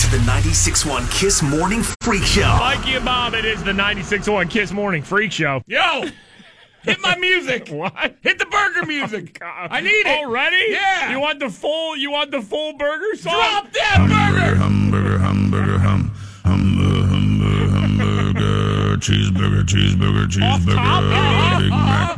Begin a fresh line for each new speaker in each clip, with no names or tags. to the 96.1 Kiss Morning Freak Show.
Mikey and Bob, it is the 96.1 Kiss Morning Freak Show.
Yo, hit my music.
What? Oh,
Hit the burger music.
God.
I need it
Already?
Yeah.
You want the full you want the full burger song?
Drop that burger.
Hamburger, hamburger, hum, hamburger, hamburger, hamburger, cheeseburger, cheeseburger, cheeseburger,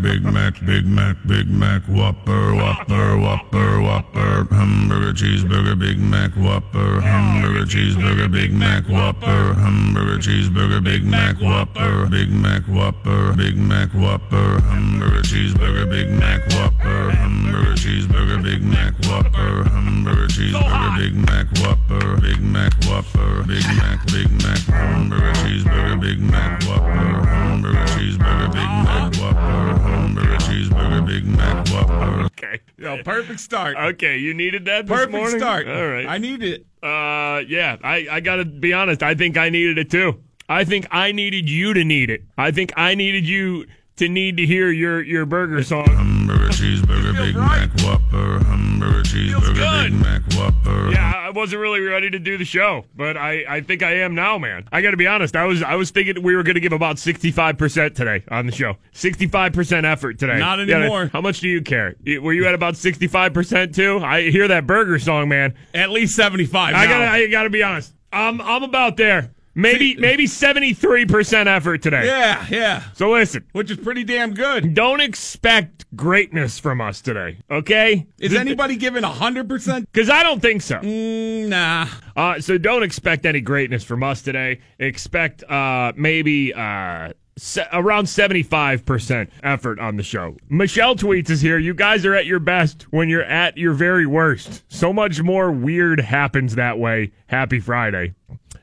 Big Mac, Big Mac, Big Mac, Big Mac, Whopper, Whopper, Whopper, Whopper, hamburger, cheeseburger, Big Mac, Whopper, hamburger, cheeseburger, Big Mac, Whopper, hamburger, cheeseburger, Big Mac, Whopper, Big Mac, Whopper, Big Mac, Whopper, hamburger, cheeseburger, Big Mac, Whopper, hamburger, cheeseburger, Big Mac, Whopper, hamburger, cheeseburger, Big Mac, Whopper, Big Mac, Whopper, Big Mac, Big Mac, hamburger, cheeseburger, Big Mac, Whopper, hamburger, cheeseburger, Big Mac, Whopper, hamburger, cheeseburger, Big Mac, Whopper.
Okay.
Yo, perfect start.
Oh, Okay, you needed that this
perfect
Uh, morning?
start.
All right.
I need it.
Uh, yeah, I, I gotta be honest. I think I needed it too. I think I needed you to need it. I think I needed you to need to hear your, your burger song.
Hamburger, cheeseburger, Big Mac, Whopper, hamburger, cheeseburger,
good.
Big Mac, Whopper.
Yeah, I I wasn't really ready to do the show, but I, I think I am now, man. I gotta be honest. I was I was thinking we were gonna give about sixty five percent today on the show. Sixty five percent effort today.
Not
Yeah,
anymore.
how much do you care? You- Were you at about sixty five percent too? I hear that burger song, man.
At least seventy-five.
I
now.
gotta I gotta be honest. I'm I'm about there. Maybe maybe seventy three percent effort today.
yeah, yeah.
So listen,
Which is pretty damn good.
don't expect greatness from us today, okay?
Is anybody giving hundred percent? Mm,
Because I don't think so.
Nah.
Uh, so don't expect any greatness from us today. Expect uh, maybe uh, se- around 75% effort on the show. Michelle tweets is here. You guys are at your best when you're at your very worst. So much more weird happens that way. Happy Friday.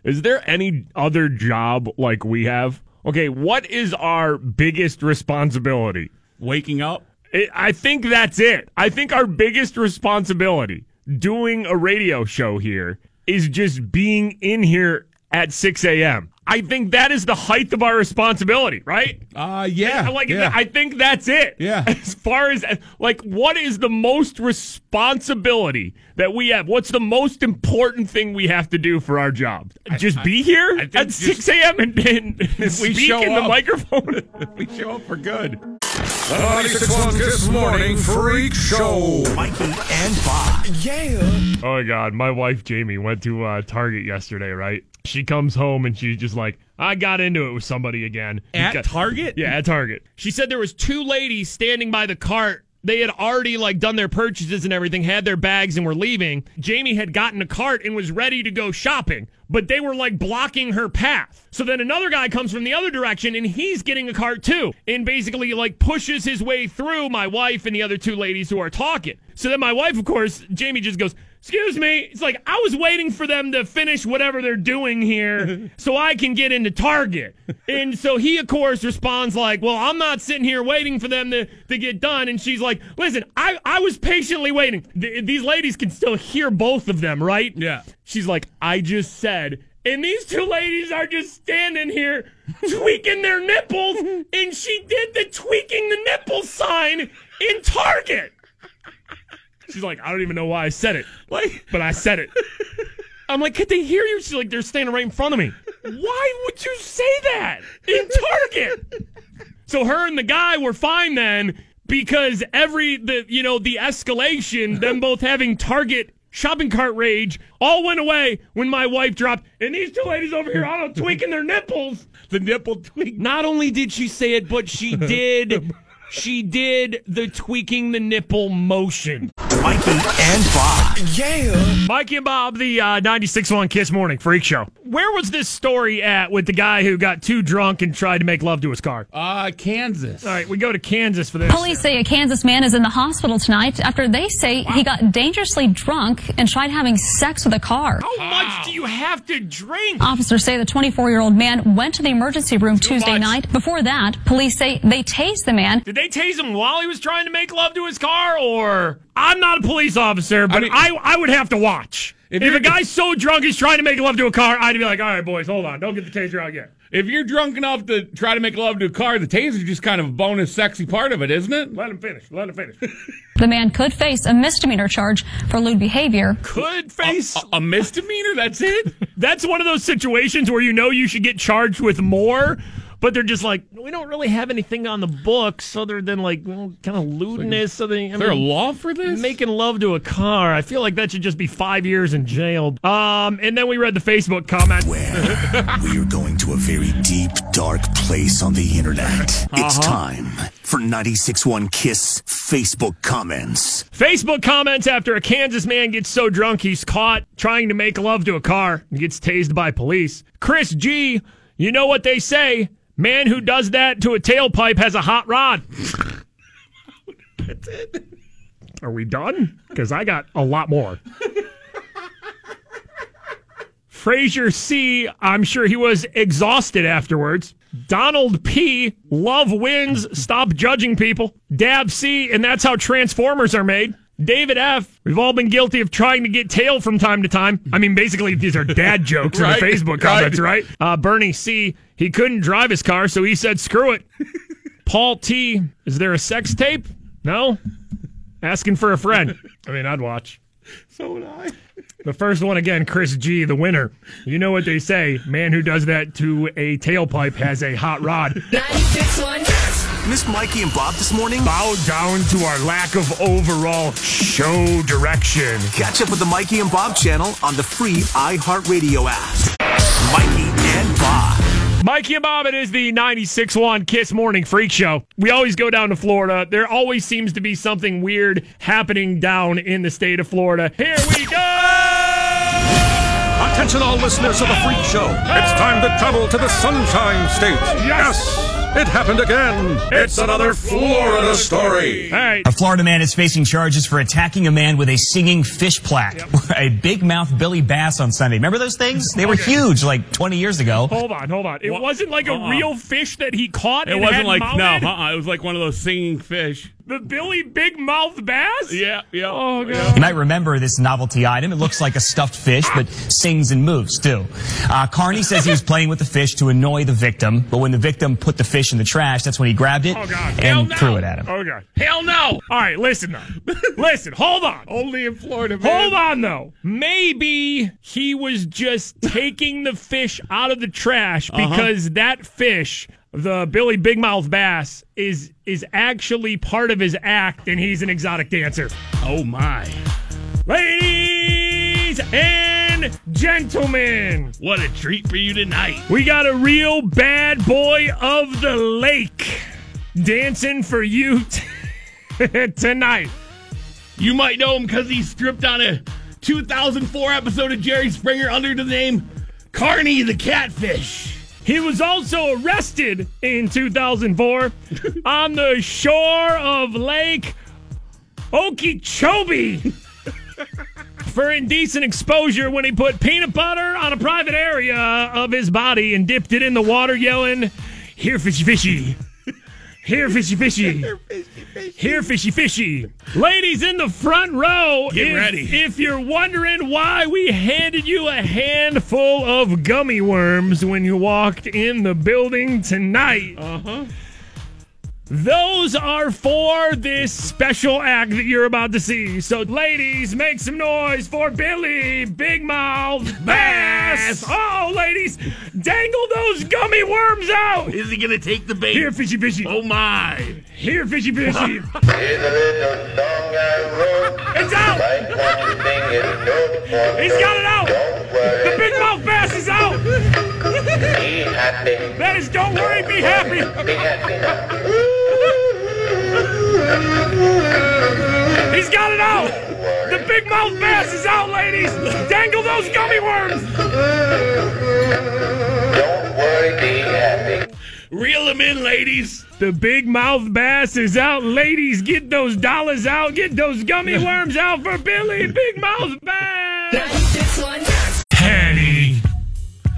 Is there any other job like we have? Okay, what is our biggest responsibility?
Waking up.
It, I think that's it. I think our biggest responsibility doing a radio show here is just being in here at 6 a.m. I think that is the height of our responsibility, right?
Uh, yeah.
Like,
yeah.
I think that's it.
Yeah.
As far as, like, what is the most responsibility that we have? What's the most important thing we have to do for our job? Just be here
think
at
just-
6 a.m. and, and, and
we
speak
show
in the
up.
microphone?
we show up for good.
96.1 Kiss Morning Freak Show.
Mikey and Bob.
Oh my god, my wife Jamie went to uh, Target yesterday, right? She comes home and she's just like, I got into it with somebody again.
At
Because-
Target.
Yeah, at Target. She said there was two ladies standing by the cart. They had already like done their purchases and everything, had their bags and were leaving. Jamie had gotten a cart and was ready to go shopping, but they were like blocking her path. So then another guy comes from the other direction and he's getting a cart too and basically like pushes his way through my wife and the other two ladies who are talking. So then my wife, of course, Jamie just goes, Excuse me. It's like I was waiting for them to finish whatever they're doing here so I can get into Target. And so he, of course, responds like, Well, I'm not sitting here waiting for them to, to get done. And she's like, Listen, I, I was patiently waiting. Th- these ladies can still hear both of them, right?
Yeah.
She's like, I just said. And these two ladies are just standing here tweaking their nipples. And she did the tweaking the nipple sign in Target. She's like, I don't even know why I said it,
Like.
but I said it. I'm like, could they hear you? She's like, they're standing right in front of me. Why would you say that in Target? So her and the guy were fine then because every the you know the escalation, them both having Target shopping cart rage, all went away when my wife dropped. And these two ladies over here, all tweaking their nipples.
The nipple tweak.
Not only did she say it, but she did. She did the tweaking the nipple motion.
Mikey and Bob.
Mikey and Bob, the uh, 96.1 Kiss Morning Freak Show. Where was this story at with the guy who got too drunk and tried to make love to his car? All
Uh, Kansas.
right, we go to Kansas for this.
Police say a Kansas man is in the hospital tonight after they say he got dangerously drunk and tried having sex with a car.
How much do you have to drink?
Officers say the 24 year old man went to the emergency room Tuesday
much.
night. Before that, police say they tased the man
Did they tase him while he was trying to make love to his car? Or I'm not a police officer, but I
mean-
I, would have to watch.
If
If,
you're-
a guy's so drunk he's trying to make love to a car, I'd be like, all right, boys, hold on, don't get the taser out yet.
If you're drunk enough to try to make love to a car, the taser's just kind of a bonus sexy part of it, isn't it?
Let him finish. Let him finish.
The man could face a misdemeanor charge for lewd behavior.
Could face.
A, a misdemeanor? That's it?
That's one of those situations where you know you should get charged with more, but they're just like, we don't really have anything on the books other than like well, kind of lewdness. So they, I
Is there a
mean,
law for this?
Making love to a car. I feel like that should just be five years in jail. Um, and then we read the Facebook comment.
Where we're going to a very deep, dark place on the internet. It's time for 96.1 Kiss Facebook comments.
Facebook comments after a Kansas man gets so drunk he's caught trying to make love to a car and gets tased by police. Chris G, you know what they say. Man who does that to a tailpipe has a hot rod. That's it. Are we done? Because I got a lot more. Frazier C, I'm sure he was exhausted afterwards. Donald P, love wins, stop judging people. Dab C, and that's how Transformers are made. David F, we've all been guilty of trying to get tail from time to time. I mean, basically, these are dad jokes
Right,
in the Facebook comments, right? Uh, Bernie C, he couldn't drive his car, so he said, screw it. Paul T, is there a sex tape? No? Asking for a friend. I mean, I'd watch.
So would I.
The first one again, Chris G, the winner. You know what they say: man who does that to a tailpipe has a hot rod.
961
Miss Mikey and Bob this morning?
Bow down to our lack of overall show direction.
Catch up with the Mikey and Bob channel on the free iHeartRadio app. Mikey and Bob.
Mikey and Bob, it is the 96.1 Kiss Morning Freak Show. We always go down to Florida. There always seems to be something weird happening down in the state of Florida. Here we go!
Attention, all listeners of the Freak Show. It's time to travel to the Sunshine State.
Yes!
It happened again. It's another Florida story.
All right.
A Florida man is facing charges for attacking a man with a singing fish plaque, or a big mouth Billy Bass on Sunday. Remember those things? They were huge like 20 years ago.
Hold on, hold on. It
Wha-
wasn't like a
Uh-uh.
real fish that he caught.
It
and
wasn't
had
like,
mounted.
no, uh-uh. it was like one of those singing fish.
The Billy Big Mouth Bass?
Yeah, yeah.
Oh, God.
You might remember this novelty item. It looks like a stuffed fish, but sings and moves too. Uh, Carney says he was playing with the fish to annoy the victim, but when the victim put the fish in the trash, that's when he grabbed it
Oh, God. Hell
and
no.
threw it at him.
Oh, God. Hell no. All right, listen, though. listen, hold on.
Only in Florida,
Hold on, though. Maybe he was just taking the fish out of the trash
Uh-huh.
because that fish. The Billy Big Mouth Bass is is actually part of his act, and he's an exotic dancer.
Oh, my.
Ladies and gentlemen,
What a treat for you tonight.
we got a real bad boy of the lake dancing for you t- tonight.
You might know him because he stripped on a 2004 episode of Jerry Springer under the name Carney the Catfish.
He was also arrested in 2004 on the shore of Lake Okeechobee for indecent exposure when he put peanut butter on a private area of his body and dipped it in the water, yelling, Here, fishy, fishy. Here, fishy, fishy. Here, fishy, fishy. Ladies in the front row,
Get
if,
ready.
If you're wondering why we handed you a handful of gummy worms when you walked in the building tonight,
Uh-huh.
those are for this special act that you're about to see. So, ladies, make some noise for Billy Big Mouth Bass. Oh, ladies, dangle those gummy worms out.
Is he gonna take the bait?
Here, fishy fishy.
Oh my!
Here, fishy fishy.
Here's a little song I wrote.
It's out.
Might want to sing it note for
He's
note.
got it out.
Don't worry,
The Big Mouth Bass is out.
be happy.
That is, don't worry, be happy.
Be happy now.
He's got it out. Mouth mask is out, ladies. Dangle those gummy worms.
Don't worry, be happy.
Reel them in, ladies.
The big mouth bass is out. Ladies, get those dollars out. Get those gummy worms out for Billy. Big mouth bass.
Henny.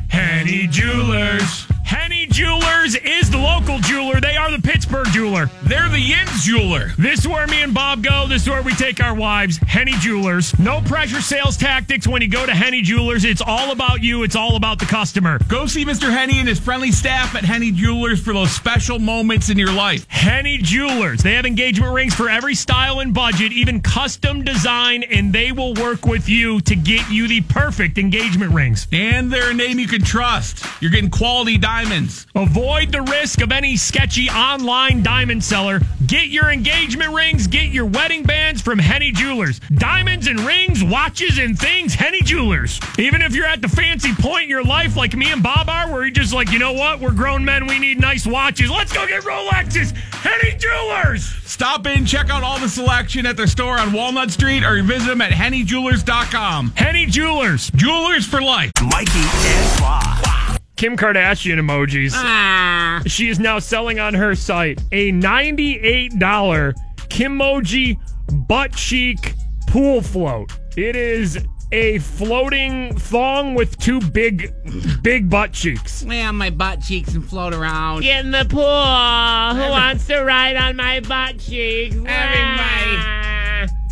Henny Jewelers.
Henny Jewelers is the local jeweler. They are the Pittsburgh jeweler.
They're the Yin Jeweler.
This is where me and Bob go. This is where we take our wives. Henny Jewelers. No pressure sales tactics when you go to Henny Jewelers. It's all about you. It's all about the customer.
Go see Mr. Henny and his friendly staff at Henny Jewelers for those special moments in your life.
Henny Jewelers. They have engagement rings for every style and budget, even custom design, and they will work with you to get you the perfect engagement rings.
And they're a name you can trust. You're getting quality diamonds.
Avoid the risk of any sketchy online diamond seller. Get your engagement rings, get your wedding bands from Henny Jewelers. Diamonds and rings, watches and things, Henny Jewelers. Even if you're at the fancy point in your life, like me and Bob are, where you're just like, you know what? We're grown men, we need nice watches. Let's go get Rolexes. Henny Jewelers.
Stop in, check out all the selection at their store on Walnut Street or visit them at hennyjewelers.com.
Henny Jewelers.
Jewelers for life.
Mikey and Bob.
Kim Kardashian emojis.
Ah.
She is now selling on her site a $98 Kimoji butt cheek pool float. It is a floating thong with two big, big butt cheeks.
Lay on my butt cheeks and float around.
Get in the pool. Who wants to ride on my butt cheeks?
Everybody.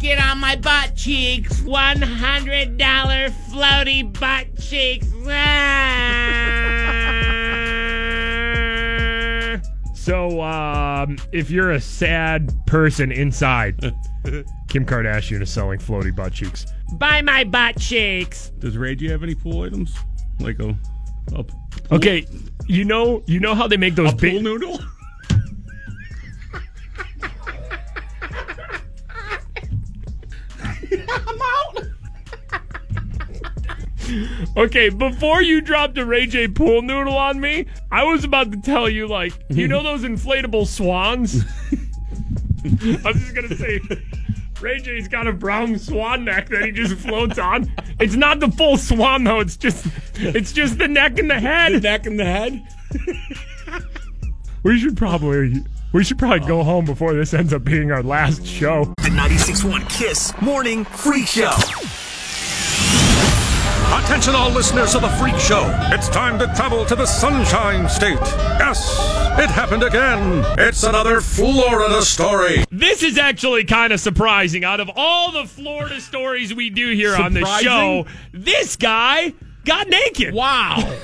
Get on my butt cheeks.
$100 floaty butt cheeks. so, um, if you're a sad person inside, Kim Kardashian is selling floaty butt cheeks. Buy my butt cheeks.
Does Ray G have any pool items? Like a, a pool,
Okay, you know, you know how they make those
pool
big.
noodle?
Okay, before you dropped a Ray J pool noodle on me, I was about to tell you, like, you know those inflatable swans? I was just gonna say, Ray J's got a brown swan neck that he just floats on. It's not the full swan though. It's just, it's just the neck and the head. The neck and the head. we should probably, we should probably go home before this ends up being our last show.
The 96.1 Kiss Morning Freak Show.
Attention, all listeners of the Freak Show. It's time to travel to the Sunshine State. Yes, it happened again. It's another Florida story.
This is actually kind of surprising. Out of all the Florida stories we do here on the show, this guy got naked.
Wow.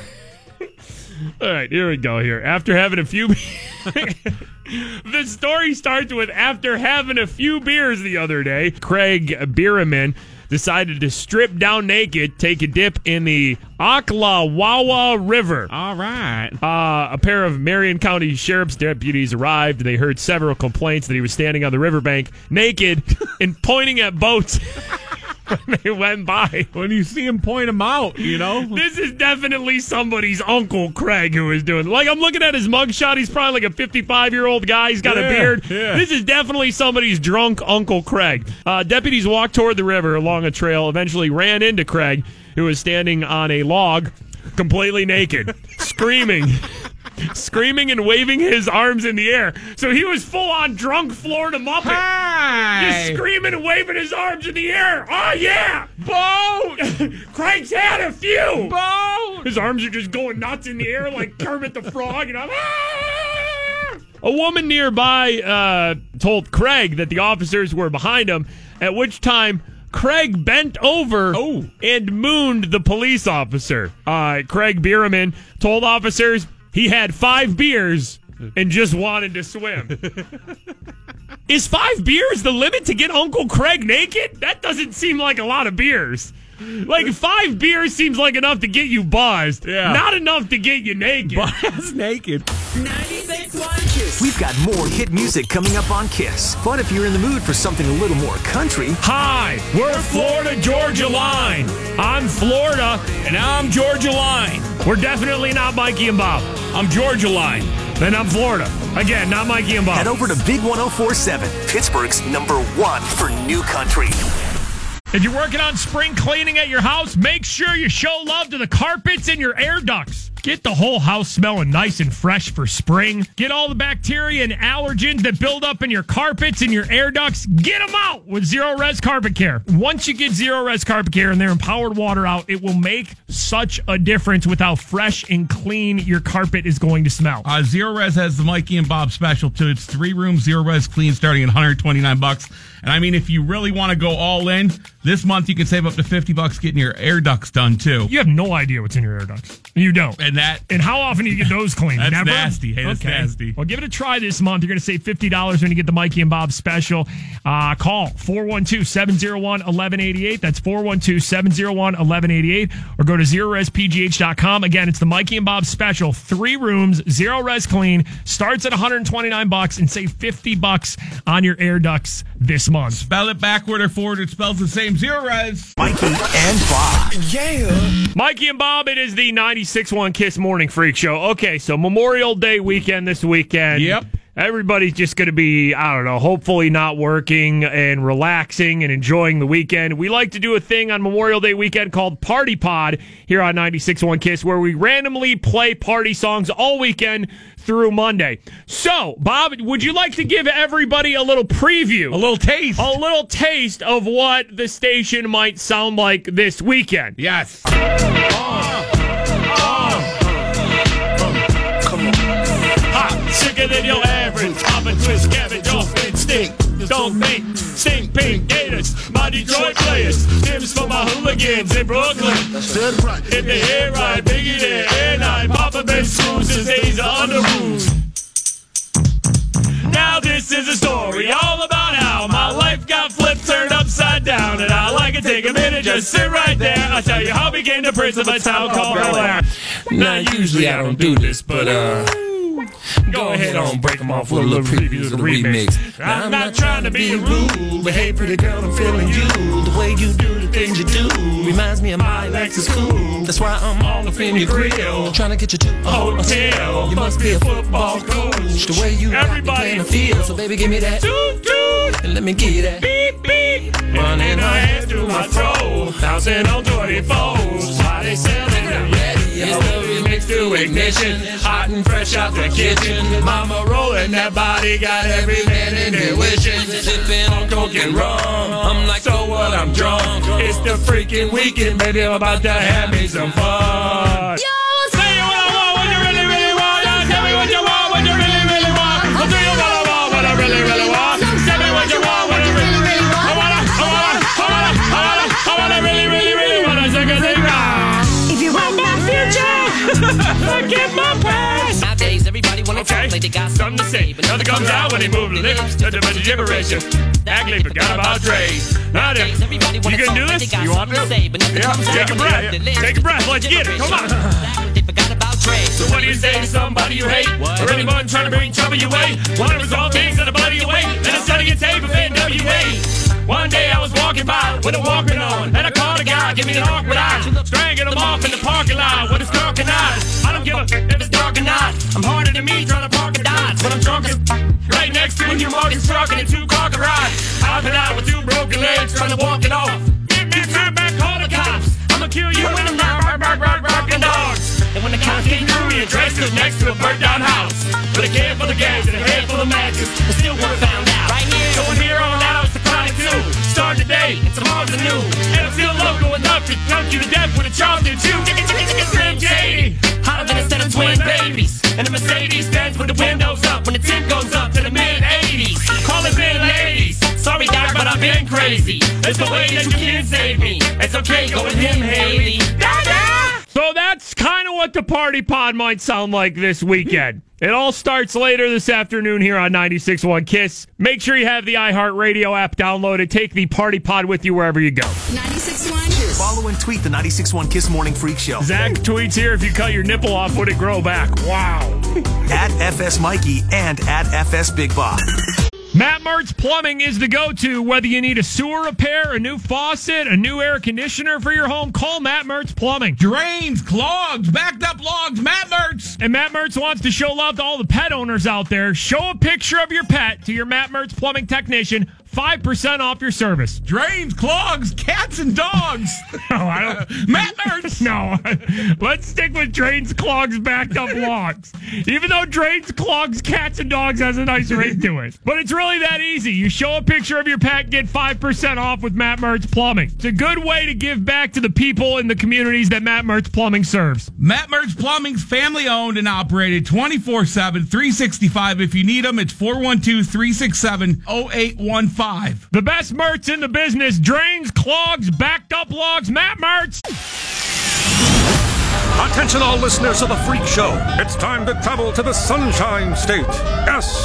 All right, here we go. Here, after having a few, the story starts with after having a few beers the other day, Craig Bierman decided to strip down naked, take a dip in the Ocklawawa River.
all right.
Uh, a pair of Marion County sheriff's deputies arrived. They heard several complaints that he was standing on the riverbank naked and pointing at boats when they went by.
When you see him, point him out, you know?
This is definitely somebody's uncle Craig who is doing. Like I'm looking at his mugshot, he's probably like a 55 year old guy. He's got a
Yeah,
beard.
yeah.
This is definitely somebody's drunk uncle Craig. Uh, deputies walked toward the river along a trail. Eventually, ran into Craig, who was standing on a log, completely naked, screaming. Screaming and waving his arms in the air. So he was full on drunk Florida Muppet. Just screaming and waving his arms in the air. Oh, yeah! Boat! Craig's had a few! Boat! His arms are just going nuts in the air like Kermit the Frog, and I'm. "Ah!" A woman nearby uh, told Craig that the officers were behind him, at which time Craig bent over and mooned the police officer. Uh, Craig Bierman told officers he had five beers and just wanted to swim. Is five beers the limit to get Uncle Craig naked? That doesn't seem like a lot of beers. Like five beers seems like enough to get you buzzed.
Yeah.
Not enough to get you naked.
That's naked.
We've got more hit music coming up on Kiss. But if you're in the mood for something a little more country,
Hi, we're Florida Georgia Line. I'm Florida and I'm Georgia Line. We're definitely not Mikey and Bob. I'm Georgia Line. And I'm Florida. Again, not Mikey and Bob.
oh
head over to Big 1047, Pittsburgh's number one for new country.
If you're working on spring cleaning at your house, make sure you show love to the carpets and your air ducts. Get the whole house smelling nice and fresh for spring. Get all the bacteria and allergens that build up in your carpets and your air ducts. Get them out with Zero Res Carpet Care. Once you get Zero Res Carpet Care and their empowered water out, it will make such a difference with how fresh and clean your carpet is going to smell.
Uh, Zero Res has the Mikey and Bob special too. It's three room Zero Res clean starting at 129 bucks. And I mean, if you really want to go all in this month, you can save up to 50 bucks getting your air ducts done too.
You have no idea what's in your air ducts. You don't.
And that
And how often do you get those cleaned?
That's
Never?
nasty. Hey, that's nasty.
Well, give it a try this month. You're going to save $50 when you get the Mikey and Bob special. Uh, call 412 701 1188. That's 412 701 1188. Or go to zerorespgh.com. Again, it's the Mikey and Bob special. Three rooms, zero res clean. Starts at 129 bucks and save 50 bucks on your air ducts this month.
spell it backward or forward, it spells the same Zero Res.
Mikey and Bob.
Mikey and Bob, it is the 96 1 Kiss Morning Freak Show. Okay, so Memorial Day weekend this weekend.
Yep.
Everybody's just going to be, I don't know, hopefully not working and relaxing and enjoying the weekend. We like to do a thing on Memorial Day weekend called Party Pod here on 96.1 Kiss, where we randomly play party songs all weekend through Monday. So, Bob, would you like to give everybody a little preview?
A little taste.
a little taste of what the station might sound like this weekend.
Yes.
hot, sicker than your average. Pop and twist, cabbage off and stink. Don't think, stink pink gators, my Detroit players. Tim's for my hooligans in Brooklyn. If they air right, Biggie there, and I. Papa been screwed since days of Underwood. Now this is a story all about how my life got flipped, turned upside down. And I like to take a minute, just sit right there. I'll tell you how I became the prince of a town called Delaware. Not usually I don't do this, but uh... Go ahead on, break them off with a little preview of the remix. I'm not trying to be rude, but hey, pretty girl, I'm feeling you. The way you do the things you do reminds me of my Lexus cool. That's why I'm all up in your grill, trying to get you to a hotel. You must be a football coach. The way you everybody the feel, so baby, give me that. Toot toot, and let me get that. Beep beep, running her hands through my throat. Thousand on twenty fours, why they selling them? It's the remix to ignition, hot and fresh out the kitchen. Mama rolling that body, got every man in there wishing. Sipping on coke and rum, I'm like, so what? I'm drunk. It's the freaking weekend, baby, I'm about to have me some fun. Say what I want, what you really, really want. Now tell me what you want, what you really, really want. I'll tell you what I want, what I really, really want. Tell me what you want, what you really, really want. I wanna, I wanna, I wanna, I wanna, I wanna really, really, really wanna take a thing round.
If you want my future,
Look at my past.
nowadays everybody wanna
Okay.
talk like they got something to say, but
Nothing comes out when they move the lips. Such a bunch of gibberish. Actually forgot about trays. Now then,
Nowadays everybody wanna
you
talk
can do
like they
this?
got
You
something
want
to
to?
say, but nothing
Yeah,
comes out
take a
when
breath.
they move the
Take a
lips.
breath. Let's get it. Come on.
Exactly, They forgot about Dre.
So what do you say to somebody you hate? Or anyone trying to bring trouble your way? Want to resolve things that are body away? And I'm studying tape of NWA. One day I was walking by with a walking on, and I caught a guy, give me an awkward eye. Strangled him off in the parking lot with his drunken eyes. I don't give a f- if it's dark or not. I'm harder than me trying to park a dodge, but I'm drunk as f- right next to when your mortgage truck and a two car garage. I've been out with two broken legs trying to walk it off. Back, back, back, back, call the cops. I'ma kill you when I'm not rock, rock, rock, rockin' dogs. And when the cops came through, we addressed it next to a burnt down house. With a can full of gas and a handful of matches, I still weren't found out.
Right here.
So from here on out, it's the chronic two. Start today, and tomorrow's the new. And I'm still local enough to dunk you to death with a Charleston chew. Slim Shady, hotter than a set of twin babies. And the Mercedes stands with the windows up when the tip goes up to the mid 80s. Call it mid ladies. Sorry, Doc, but I've been crazy. There's no way that you can save me. It's okay, go with him, Haley. So that's kind of what the party pod might sound like this weekend. It all starts later this afternoon here on 96.1 Kiss. Make sure you have the iHeartRadio app downloaded. Take the party pod with you wherever you go.
96.1.
Follow and tweet the 96.1 Kiss Morning Freak Show
Zach tweets here if you cut your nipple off, would it grow back? Wow.
at FS Mikey and at FS Big Bob.
Matt Mertz Plumbing is the go to. Whether you need a sewer repair, a new faucet, a new air conditioner for your home, call Matt Mertz Plumbing.
Drains, clogged, backed up logs, Matt Mertz.
And Matt Mertz wants to show love to all the pet owners out there. Show a picture of your pet to your Matt Mertz plumbing technician. 5% off your service.
Drains, clogs, cats, and dogs.
no, I don't.
Matt Mertz.
No. Let's stick with drains, clogs, backed up logs. Even though drains, clogs, cats, and dogs has a nice ring to it. But it's really that easy. You show a picture of your pack, get 5% off with Matt Mertz Plumbing. It's a good way to give back to the people in the communities that Matt Mertz Plumbing serves.
Matt Mertz Plumbing's family owned and operated 24 7, 365. If you need them, it's 412 367 0815.
The best Mertz in the business drains, clogs, backed up logs. Matt Mertz.
Attention, all listeners of the Freak Show. It's time to travel to the Sunshine State. Yes,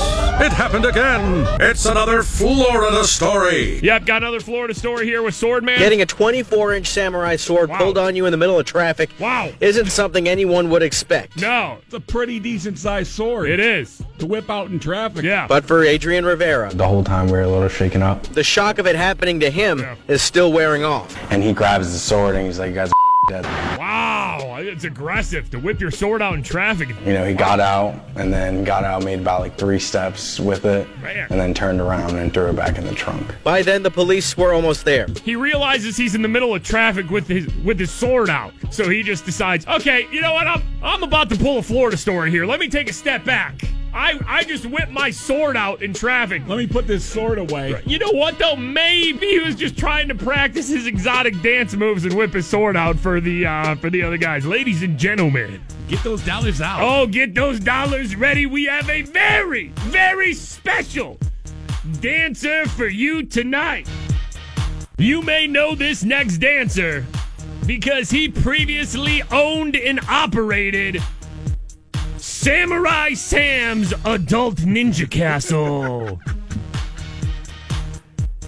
it happened again. It's another Florida story.
Yep, got another Florida story here with Swordman.
Getting a 24 inch samurai sword
Wow.
pulled on you in the middle of traffic
Wow.
isn't something anyone would expect.
No,
It's a pretty decent sized sword
it is.
to whip out in traffic.
Yeah.
But for Adrian Rivera,
The whole time we were a little shaken up.
the shock of it happening to him
Yeah.
is still wearing off.
And he grabs the sword and he's like, you guys are dead.
Wow, it's aggressive to whip your sword out in traffic.
You know, he got out and then got out, made about like three steps with it,
Man.
and then turned around and threw it back in the trunk.
By then, the police were almost there.
He realizes he's in the middle of traffic with his with his sword out, so he just decides, okay, you know what? I'm I'm about to pull a Florida story here. Let me take a step back. I I just whipped my sword out in traffic.
Let me put this sword away.
You know what though? Maybe he was just trying to practice his exotic dance moves and whip his sword out for the uh, for the other guys, ladies and gentlemen.
Get those dollars out.
Oh, get those dollars ready. We have a very, very special dancer for you tonight. You may know this next dancer because he previously owned and operated Samurai Sam's Adult Ninja Castle.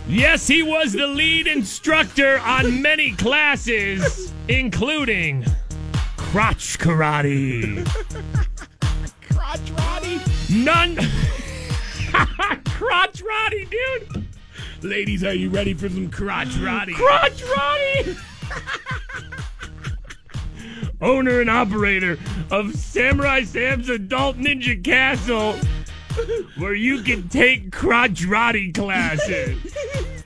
Yes, he was the lead instructor on many classes, including crotch karate.
crotch Roddy.
None. crotch Roddy, dude.
Ladies, are you ready for some crotch Roddy?
Crotch Roddy. Owner and operator of Samurai Sam's Adult Ninja Castle, where you can take crotch Roddy classes.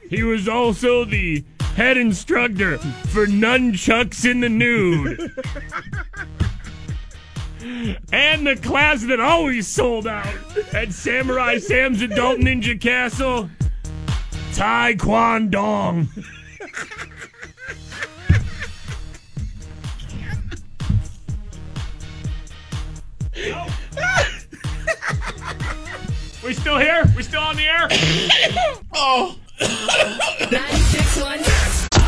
He was also the head instructor for Nunchucks in the Nude. and the class that always sold out at Samurai Sam's Adult Ninja Castle, Taekwondo. We still here? We still on the air?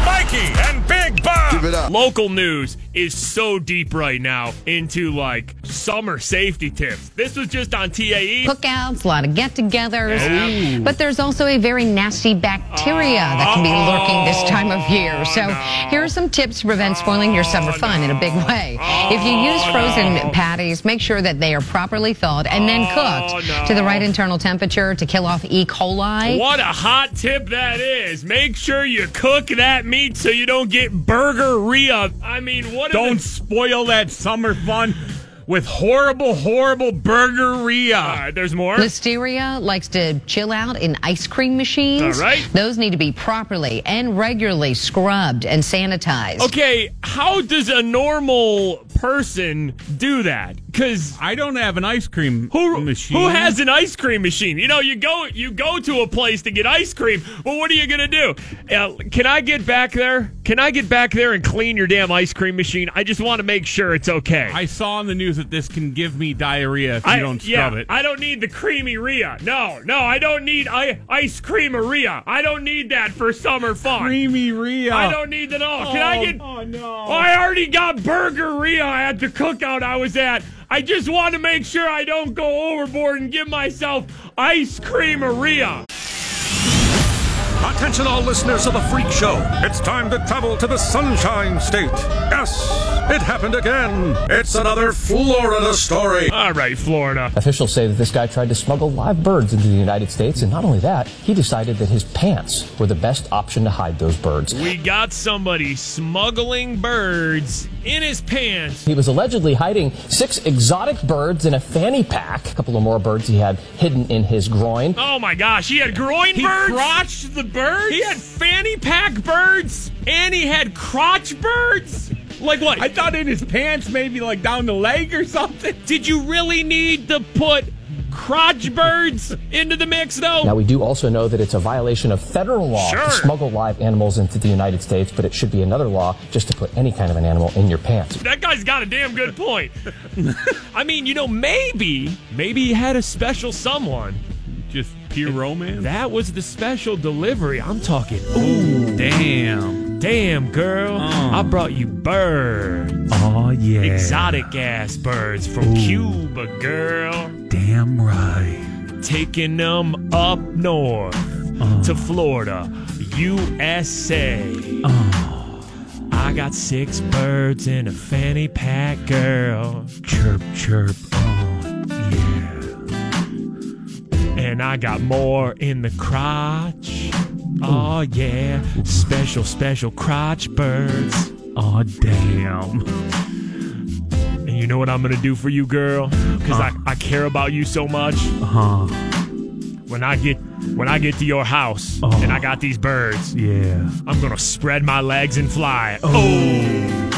Mikey and Big Bob.
Local news is so deep right now into like summer safety tips. This was just on E. TAE.
cookouts, a lot of get togethers.
Yeah.
But there's also a very nasty bacteria that can be lurking this time of year. So here are some tips to prevent spoiling your
Oh,
summer fun in a big way. If you use frozen patties, make sure that they are properly thawed and then cooked to the right internal temperature to kill off E. coli.
Oh, What a hot tip that is. Make sure you cook that meat so you don't get burgeria. I mean, what
Don't
Are
spoil that summer fun with horrible, horrible
the- All
burgeria.
right, there's more.
Listeria likes to chill out in ice cream machines.
All right.
Those need to be properly and regularly scrubbed and sanitized.
Okay, how does a normal person do that? Because
Oh. I don't have an ice cream
Who,
machine.
who has an ice cream machine? You know, you go you go to a place to get ice cream. Well, what are you gonna do? Uh, can I get back there? Can I get back there and clean your damn ice cream machine? I just want to make sure it's okay.
I saw on the news that this can give me diarrhea if you
I-
don't scrub
yeah,
it.
I don't need the creamy Ria. No, no, I don't need I, ice cream Ria. I don't need that for summer fun.
Creamy Ria.
I don't need that at all. Can I get?
Oh, no.
I already got burgeria at the cookout I was at. I just want to make sure I don't go overboard and give myself ice creameria.
Attention, all listeners of the Freak Show. It's time to travel to the Sunshine State. Yes, It happened again. It's another Florida story.
All right, Florida.
Officials say that this guy tried to smuggle live birds into the United States, and not only that, he decided that his pants were the best option to hide those birds.
We got somebody smuggling birds in his pants.
He was allegedly hiding six exotic birds in a fanny pack. A couple of more birds he had hidden in his groin.
Oh my gosh, he had groin
He
birds.
crotched
the birds. He had fanny pack birds, and he had crotch birds. Like what? I thought in his pants, maybe like down the leg or something. Did you really need to put crotch birds into the mix though?
Now, we do also know that it's a violation of federal law
Sure.
to smuggle live animals into the United States, but it should be another law just to put any kind of an animal in your pants.
That guy's got a damn good point. I mean, you know, maybe, maybe he had a special someone. Just pure romance. That was the special delivery. I'm talking. Ooh, damn, damn girl, I brought you birds.
Oh, Uh. yeah.
Exotic ass birds from Cuba, girl.
Damn right. Uh.
Taking them up north to Florida, USA.
Uh.
I got six birds in a fanny pack, girl.
Chirp, chirp. Oh, yeah.
And I got more in the crotch. Oh, yeah. Special, special crotch birds.
Oh, damn.
And you know what I'm going to do for you, girl? Because I, I care about you so much.
Uh huh.
When I get. When I get to your house and I got these birds,
Yeah.
I'm gonna spread my legs and fly. Oh,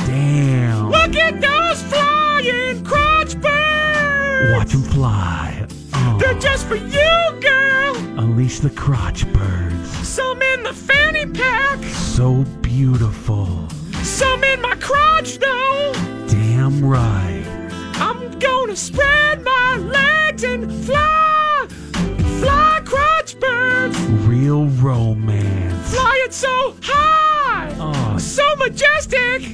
Damn.
look at those flying crotch birds!
Watch them fly. Oh,
They're just for you, girl.
unleash the crotch birds.
Some in the fanny pack,
So beautiful.
some in my crotch though.
Damn right.
I'm gonna spread my legs and fly, fly crotch birds,
Real romance.
fly it so high,
Oh.
so majestic.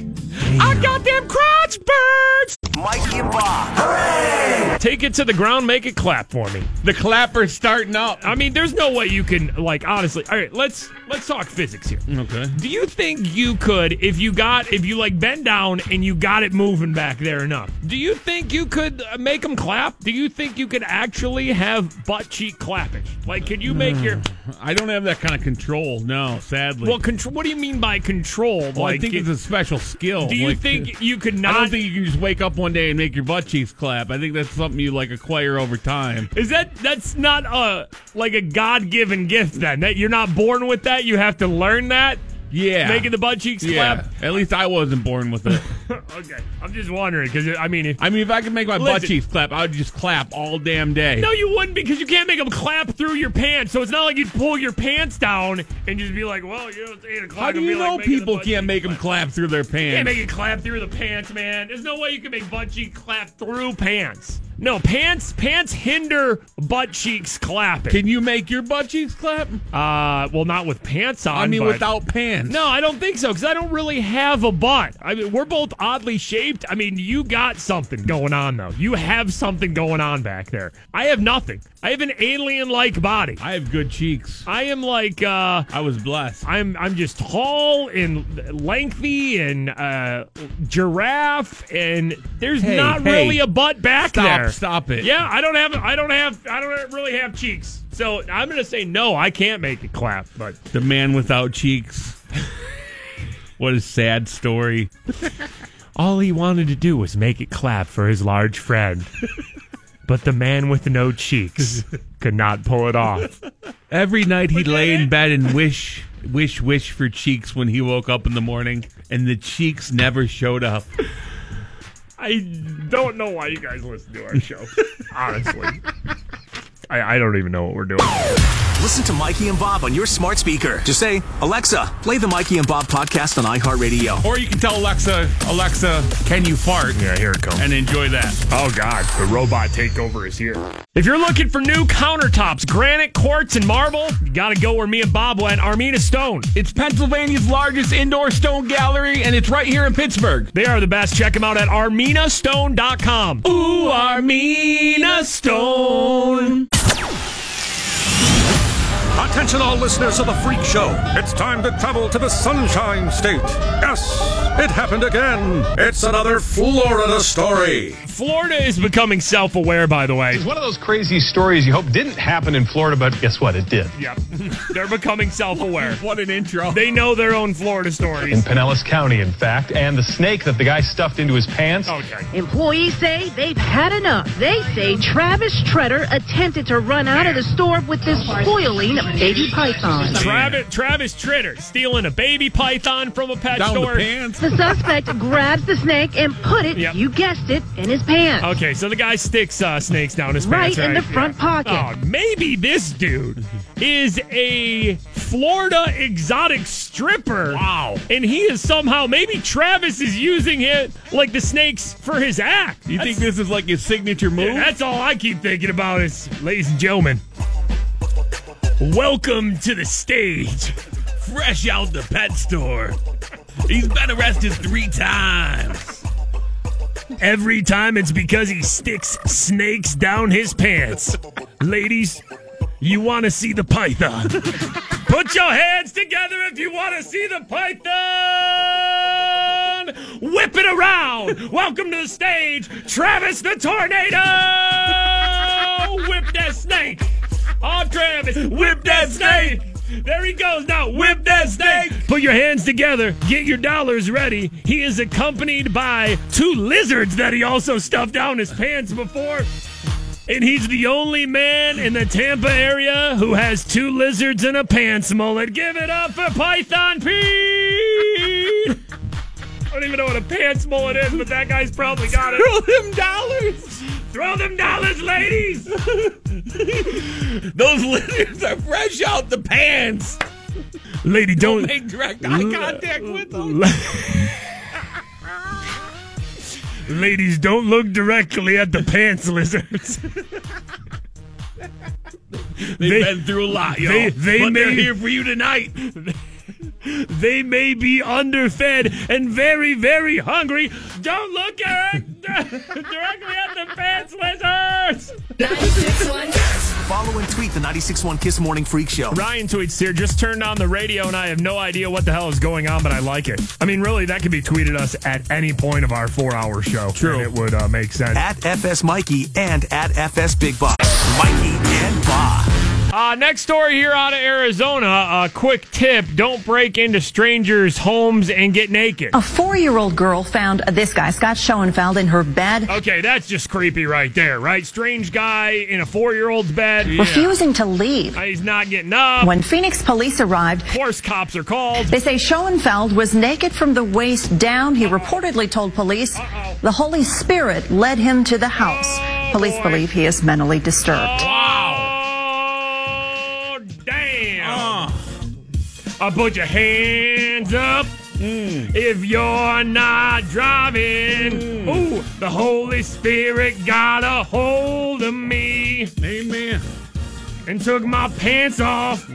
I got them crotch birds.
Mikey and Bob. Hooray!
Take it to the ground, make it clap for me. The clapper's starting up. I mean, there's no way you can like honestly. All right, let's let's talk physics here.
Okay.
Do you think you could, if you got, if you like bend down and you got it moving back there enough, do you think you could uh, make them clap? Do you think you could actually have butt cheek clapping? Like, could you make your.
I don't have that kind of control. No, sadly.
Well, control. What do you mean by control?
Well, I think
it-
it's a special skill.
Do you
Like,
think you could
I
not?
don't think you can just wake up one day and make your butt cheeks clap. I think that's something you like acquire over time.
is that that's not a like a God given gift then? That you're not born with that. You have to learn that.
Yeah.
Making the butt cheeks
yeah.
clap.
At least I wasn't born with it.
okay, I'm just wondering because I mean, if,
I mean, if I could make my butt
Listen.
cheeks clap, I would just clap all damn day.
No, you wouldn't because you can't make them clap through your pants. So it's not like you'd pull your pants down and just be like, well, you know, it's 8 o'clock.
How do
It'd
you
be
know
like making
people
the butt
can't
cheek
make them clap through their
You can't
pants?
make it clap through the pants, man. There's no way you can make butt cheek clap through pants. No, pants pants hinder butt cheeks clapping.
Can you make your butt cheeks clap?
Uh, well, not with pants on.
I mean,
but-
without pants.
No, I don't think so because I don't really have a butt. I mean, we're both oddly shaped. I mean, you got something going on though. You have something going on back there. I have nothing. I have an alien-like body.
I have good cheeks.
I am like uh,
I was blessed.
I'm I'm just tall and lengthy and uh, giraffe and there's
Hey,
not
hey.
really a butt back
Stop,
there.
stop it.
Yeah, I don't have I don't have I don't really have cheeks. So I'm gonna say no. I can't make it clap, but.
The man without cheeks. what a sad story.
All he wanted to do was make it clap for his large friend. but the man with no cheeks could not pull it off.
Every night he'd lay in bed and wish, wish, wish for cheeks when he woke up in the morning, and the cheeks never showed up.
I don't know why you guys listen to our show. Honestly. I, I don't even know what we're doing.
Listen to Mikey and Bob on your smart speaker. Just say, Alexa, play the Mikey and Bob podcast on iHeartRadio.
Or you can tell Alexa, Alexa, can you fart?
Yeah, here it comes.
And enjoy that.
Oh god, the robot takeover is here. If you're looking for new countertops, granite, quartz, and marble, you gotta go where me and Bob went, Armina Stone.
It's Pennsylvania's largest indoor stone gallery, and it's right here in Pittsburgh.
They are the best. Check them out at arminastone.com. Ooh, Armina Stone.
Attention, all listeners of the Freak Show. It's time to travel to the Sunshine State. Yes, it happened again. It's another Florida story.
Florida is becoming self aware, by the way.
It's one of those crazy stories you hope didn't happen in Florida, but guess what? It did.
Yep. They're becoming self aware. what an intro. They know their own Florida stories.
In Pinellas County, in fact, and the snake that the guy stuffed into his pants.
Okay.
Employees say they've had enough. They say Travis Treader attempted to run out of the store with this boiling baby python.
Travis, Travis Tritter stealing a baby python from a pet
Down the
store.
The suspect grabs the snake and put it, you guessed it, in his pants.
Okay, so the guy sticks uh, snakes down his
Right
pants.
in the front pocket.
Oh, maybe this dude is a Florida exotic stripper. Wow. And he is somehow, maybe Travis is using it like the snakes for his act. You think this is like his signature move? that's all I keep thinking about is, ladies and gentlemen, welcome to the stage.
Fresh out the pet store. He's been arrested three times.
Every time it's because he sticks snakes down his pants. Ladies, you want to see the python. Put your hands together if you want to see the python. Whip it around. Welcome to the stage, Travis the Tornado. Whip that snake. Oh, Travis, whip that snake. There he goes. Now, whip that snake. Put your hands together. Get your dollars ready. He is accompanied by two lizards that he also stuffed down his pants before. And he's the only man in the Tampa area who has two lizards and a pants mullet. Give it up for Python Pete! I don't even know what a pants mullet is, but that guy's probably got it. Throw them dollars! Throw them dollars, ladies! Those lizards are fresh out the pants! Lady, don't,
Make direct eye contact with him.
Ladies, don't look directly at the pants lizards.
They've been through a lot, y'all.
They, they
but
may,
they're here for you tonight.
They may be underfed and very, very hungry. Don't look at it directly at the pants lizards.
Follow and tweet the 961 Kiss Morning Freak Show.
Ryan tweets here, just turned on the radio and I have no idea what the hell is going on, but I like it. I mean, really, that could be tweeted us at any point of our four hour show. True. it would uh, make sense.
At FS Mikey and at FS Big Bob. Mikey and Bob.
Uh, next story here out of Arizona. A quick tip don't break into strangers' homes and get naked.
A four year old girl found this guy, Scott Schoenfeld, in her bed,
Okay, that's just creepy right there, right? Strange guy in a four year old's bed.
refusing to leave.
Uh, He's not getting up.
When Phoenix police arrived,
Of course, cops are called.
they say Schoenfeld was naked from the waist down. He reportedly told police the Holy Spirit led him to the house. Police believe he is mentally disturbed.
Oh,
Uh-huh.
Damn. I Uh, put your hands up if you're not driving. Ooh, the Holy Spirit got a hold of me. Amen. And took my pants off.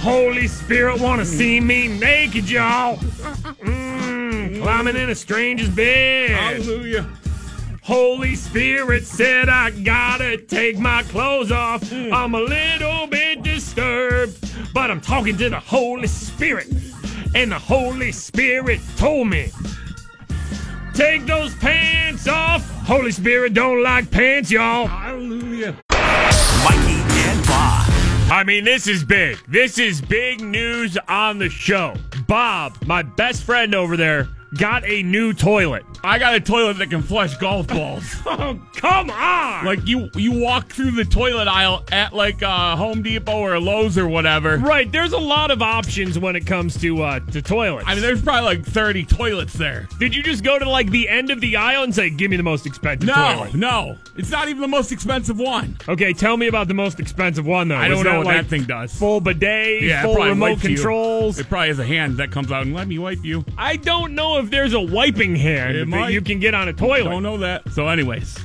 Holy Spirit wanna see me naked, y'all. Mm, climbing in a stranger's bed. Hallelujah. Holy Spirit said I gotta take my clothes off. I'm a little bit disturbed, but I'm talking to the Holy Spirit. And the Holy Spirit told me, take those pants off. Holy Spirit don't like pants, y'all. Hallelujah.
Mikey and Bob.
I mean, this is big. This is big news on the show. Bob, my best friend over there, got a new toilet. I got a toilet that can flush golf balls. oh, come on!
Like you, you walk through the toilet aisle at like uh, Home Depot or Lowe's or whatever.
Right, there's a lot of options when it comes to uh to toilets. I mean, there's probably like 30 toilets there. Did you just go to like the end of the aisle and say, "Give me the most expensive
No,
toilet"? No, no. It's not even the most expensive one. Okay, tell me about the most expensive one though.
I
Is
don't know
that,
what
like,
that thing does.
Full bidet,
Yeah, it
full
probably
remote
wipes you.
controls.
It probably has a hand that comes out and let me wipe you.
I don't know if there's a wiping hand
It
that
might.
you can get on a toilet.
Don't know that. So, anyways,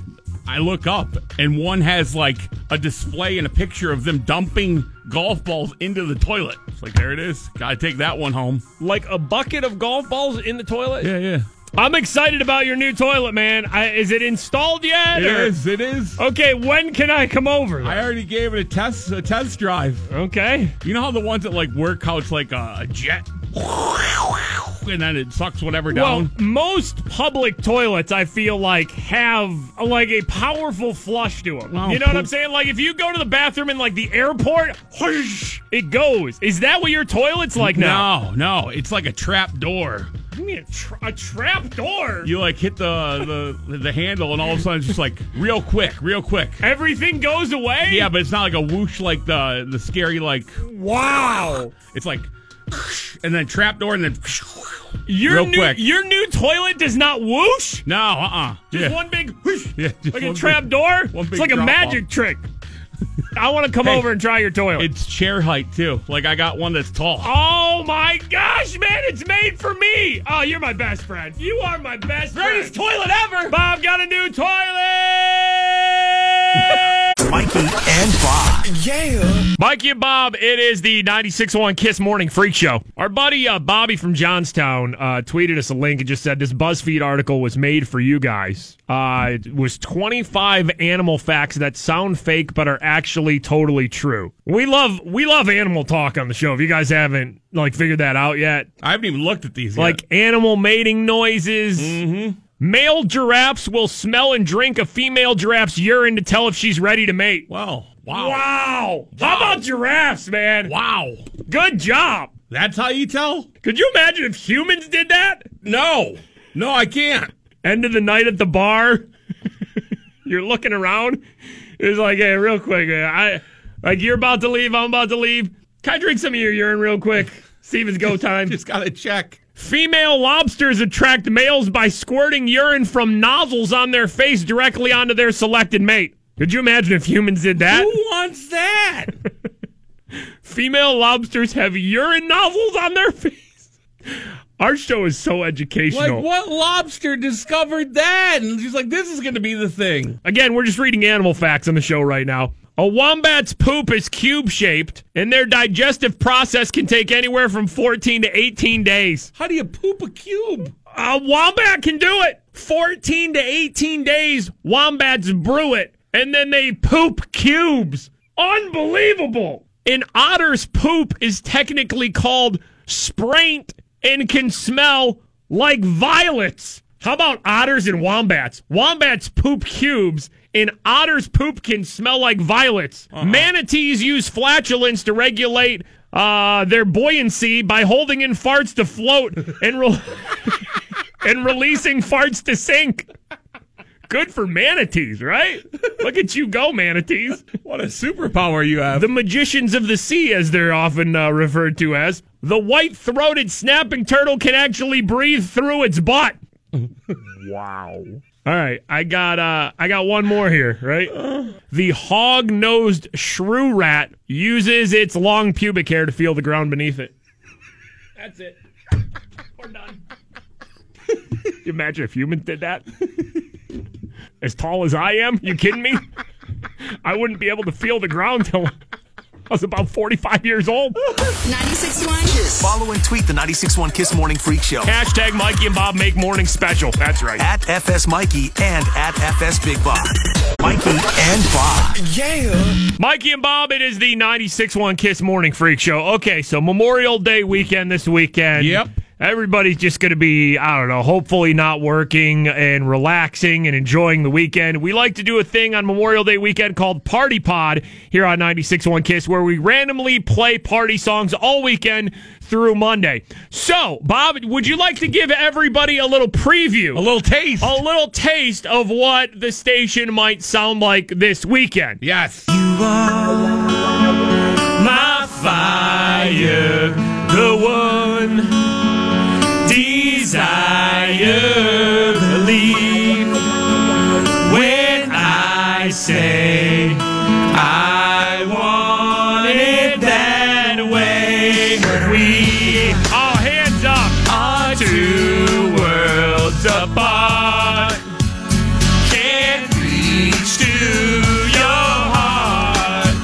I look up and one has like a display and a picture of them dumping golf balls into the toilet. It's like there it is. Gotta take that one home.
Like a bucket of golf balls in the toilet?
Yeah, yeah.
I'm excited about your new toilet, man. I, is it installed yet?
It
or-
is, It is.
Okay, when can I come over?
I already gave it a test a test drive.
Okay.
You know how the ones that like work how it's like a jet and then it sucks whatever down.
Well, most public toilets, I feel like, have like a powerful flush to them.
Wow,
you know what I'm
poop.
saying? Like if you go to the bathroom in like the airport, whoosh, it goes. Is that what your toilet's like now?
no, no, it's like a trap door.
What do you mean a, tra- a trap door?
You like hit the the, the handle and all of a sudden it's just like real quick, real quick.
Everything goes away.
Yeah, but it's not like a whoosh like the the scary like
wow.
It's like and then trap door and then
Your
real
new
quick.
your new toilet does not whoosh.
no, uh uh
Just one big whoosh.
Yeah, just one
like a
big-
trap door.
one big
it's like a
drop
magic
off.
trick. I want to come
Hey,
over and try your toilet.
It's chair height too. Like I got one that's tall.
Oh my gosh, man, it's made for me. Oh, you're my best friend. You are my best Greatest toilet ever. Bob got a new toilet.
Mikey and Bob. Yeah.
Mikey and Bob, it is the 96.1 Kiss Morning Freak Show. Our buddy uh, Bobby from Johnstown uh, tweeted us a link and just said this BuzzFeed article was made for you guys. Uh, it was 25 animal facts that sound fake but are actually totally true. We love we love animal talk on the show. If you guys haven't like figured that out yet,
I haven't even looked at these
like animal mating noises. Mm-hmm. Male giraffes will smell and drink a female giraffe's urine to tell if she's ready to mate.
Wow.
Wow. Wow. How about giraffes, man?
Wow.
Good job.
That's how you tell?
Could you imagine if humans did that?
No. No, I can't.
End of the night at the bar. You're looking around. It's like, hey, real quick, uh, I like you're about to leave, I'm about to leave. Can I drink some of your urine real quick? Steven's go time.
Just gotta check.
Female lobsters attract males by squirting urine from nozzles on their face directly onto their selected mate. Could you imagine if humans did that?
Who wants that?
Female lobsters have urine nozzles on their face. Our show is so
like
educational.
what lobster discovered that? And she's like, this is gonna be the thing.
Again, we're just reading animal facts on the show right now. A wombat's poop is cube shaped, and their digestive process can take anywhere from 14 to 18 days.
How do you poop a cube?
A Uh, wombat can do it. 14 to 18 days, wombats brew it, and then they poop cubes. Unbelievable. An otter's poop is technically called spraint and can smell like violets. How about otters and wombats? Wombats poop cubes, and otters' poop can smell like violets. Manatees use flatulence to regulate uh, their buoyancy by holding in farts to float and re- and releasing farts to sink. Good for manatees, right? Look at you go, manatees.
What a superpower you have.
The magicians of the sea, as they're often uh, referred to as. The white throated snapping turtle can actually breathe through its butt.
Wow.
All right, I got uh, I got one more here, right? The hog-nosed shrew rat uses its long pubic hair to feel the ground beneath it. That's it. We're done. you imagine if humans did that? as tall as I am, you kidding me? I wouldn't be able to feel the ground till I was about forty-five years old.
96.1
Follow and tweet the 96.1 Kiss Morning Freak Show
Hashtag Mikey and Bob make morning special. That's right.
at FS Mikey and at FS Big Bob. Mikey and Bob. Yeah.
Mikey and Bob, it is the 96.1 Kiss Morning Freak Show. Okay, so Memorial Day weekend this weekend.
Yep.
Everybody's just going to be, I don't know, hopefully not working and relaxing and enjoying the weekend. We like to do a thing on Memorial Day weekend called Party Pod here on 96.1 Kiss, where we randomly play party songs all weekend through Monday. So, Bob, would you like to give everybody a little preview?
A little taste.
a little taste of what the station might sound like this weekend.
Yes.
My fire, the one desire, believe when I say I want it that way. We are hands up, are two worlds apart. Can't reach to your heart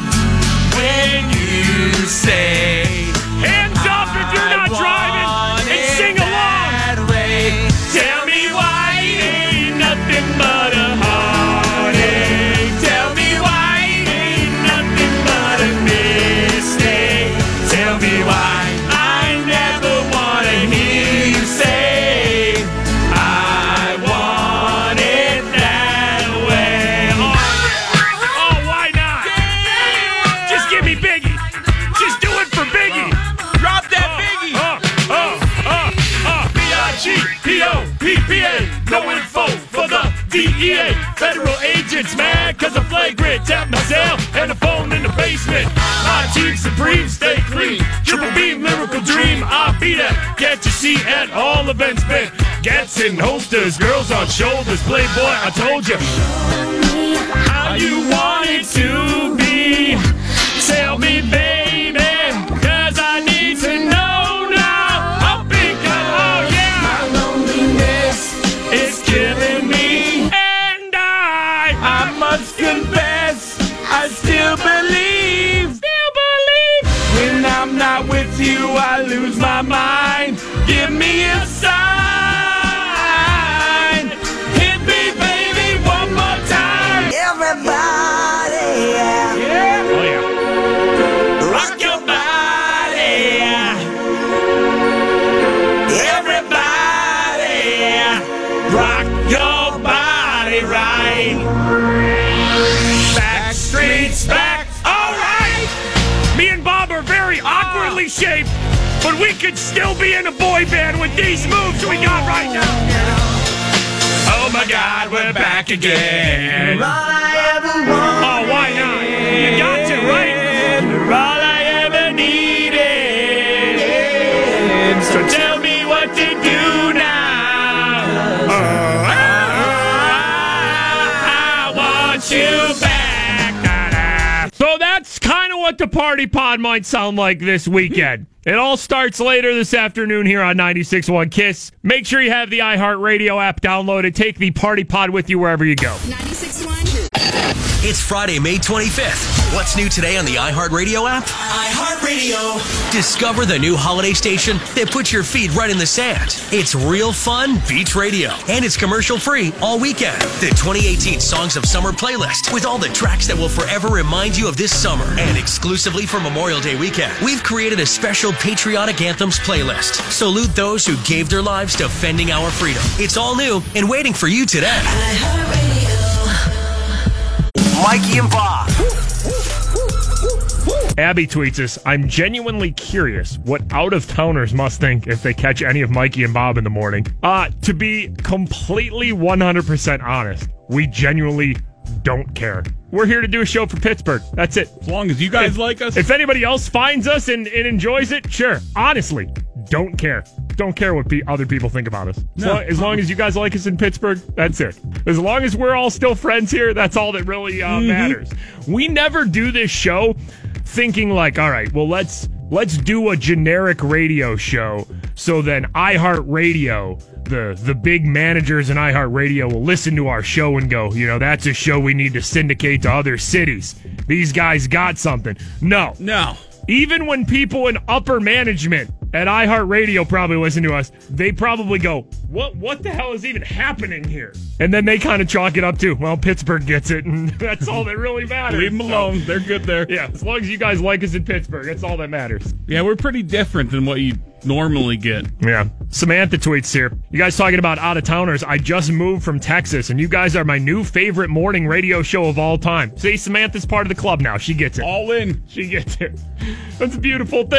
when you say hands up if you're not driving and sing along. Tell me Oh, Uh, DEA, E federal agents mad cause I flagrant. Tap myself and a phone in the basement. My team supreme, stay clean. Triple beam, lyrical dream, I be that. Get to see at all events, bent. Gats in holsters, girls on shoulders. Playboy, I told you. How you want it to be. Tell me, baby, cause I need to know now. Oh, because, oh yeah. My loneliness is killing me. And I, I must confess, I still believe. Still believe. When I'm not with you, I lose my mind. Give me a sign. Hit me, baby, one more time. Everybody, yeah. Oh, yeah. Rock your body, yeah. Everybody, yeah. Rock your body right. Back streets, back. All right. Me and Bob are very awkwardly shaped, but we could still be in a boy band with these moves we got right now. Oh my God, we're back again. Oh, why not? You got to, right? All I ever needed. So tell me what to do now. Oh, I, I want you back. So that's kind of what the party pod might sound like this weekend. It all starts later this afternoon here on 96.1 Kiss. Make sure you have the iHeartRadio app downloaded. Take the party pod with you wherever you go.
It's Friday, May 25th. What's new today on the iHeartRadio app?
iHeartRadio.
Discover the new holiday station that puts your feet right in the sand. It's real fun beach radio, and it's commercial free all weekend. The 2018 Songs of Summer playlist with all the tracks that will forever remind you of this summer. And exclusively for Memorial Day weekend, we've created a special patriotic anthems playlist. Salute those who gave their lives defending our freedom. It's all new and waiting for you today.
Mikey and Bob. Abby tweets us I'm genuinely curious what out of towners must think if they catch any of Mikey and Bob in the morning. Uh, to be completely 100% honest, we genuinely don't care. We're here to do a show for Pittsburgh. That's it. As long as you
guys like us.
If anybody else finds us and, and enjoys it, sure. Honestly, don't care. Don't care what pe- other people think about us. As
No.
long- as long as you guys like us in Pittsburgh, that's it. As long as we're all still friends here, that's all that really uh,
Mhm.
matters. We never do this show thinking like, all right, well let's let's do a generic radio show so then iHeartRadio the the big managers in iHeartRadio will listen to our show and go, you know, that's a show we need to syndicate to other cities. These guys got something. No. No. Even when people in upper management at iHeartRadio probably listen to us, they probably go, "What what the hell is even happening here?" And then they kind of chalk it up to, well, Pittsburgh gets it, and that's all that really matters.
Leave 'em alone. They're good there.
Yeah, as long as you guys like us in Pittsburgh, that's all that matters.
Yeah, we're pretty different than what you normally get.
Yeah. Samantha tweets here. You guys talking about out of towners. I just moved from Texas, and you guys are my new favorite morning radio show of all time. See, Samantha's part of the club now. She gets it. All in. She gets it. That's a beautiful thing.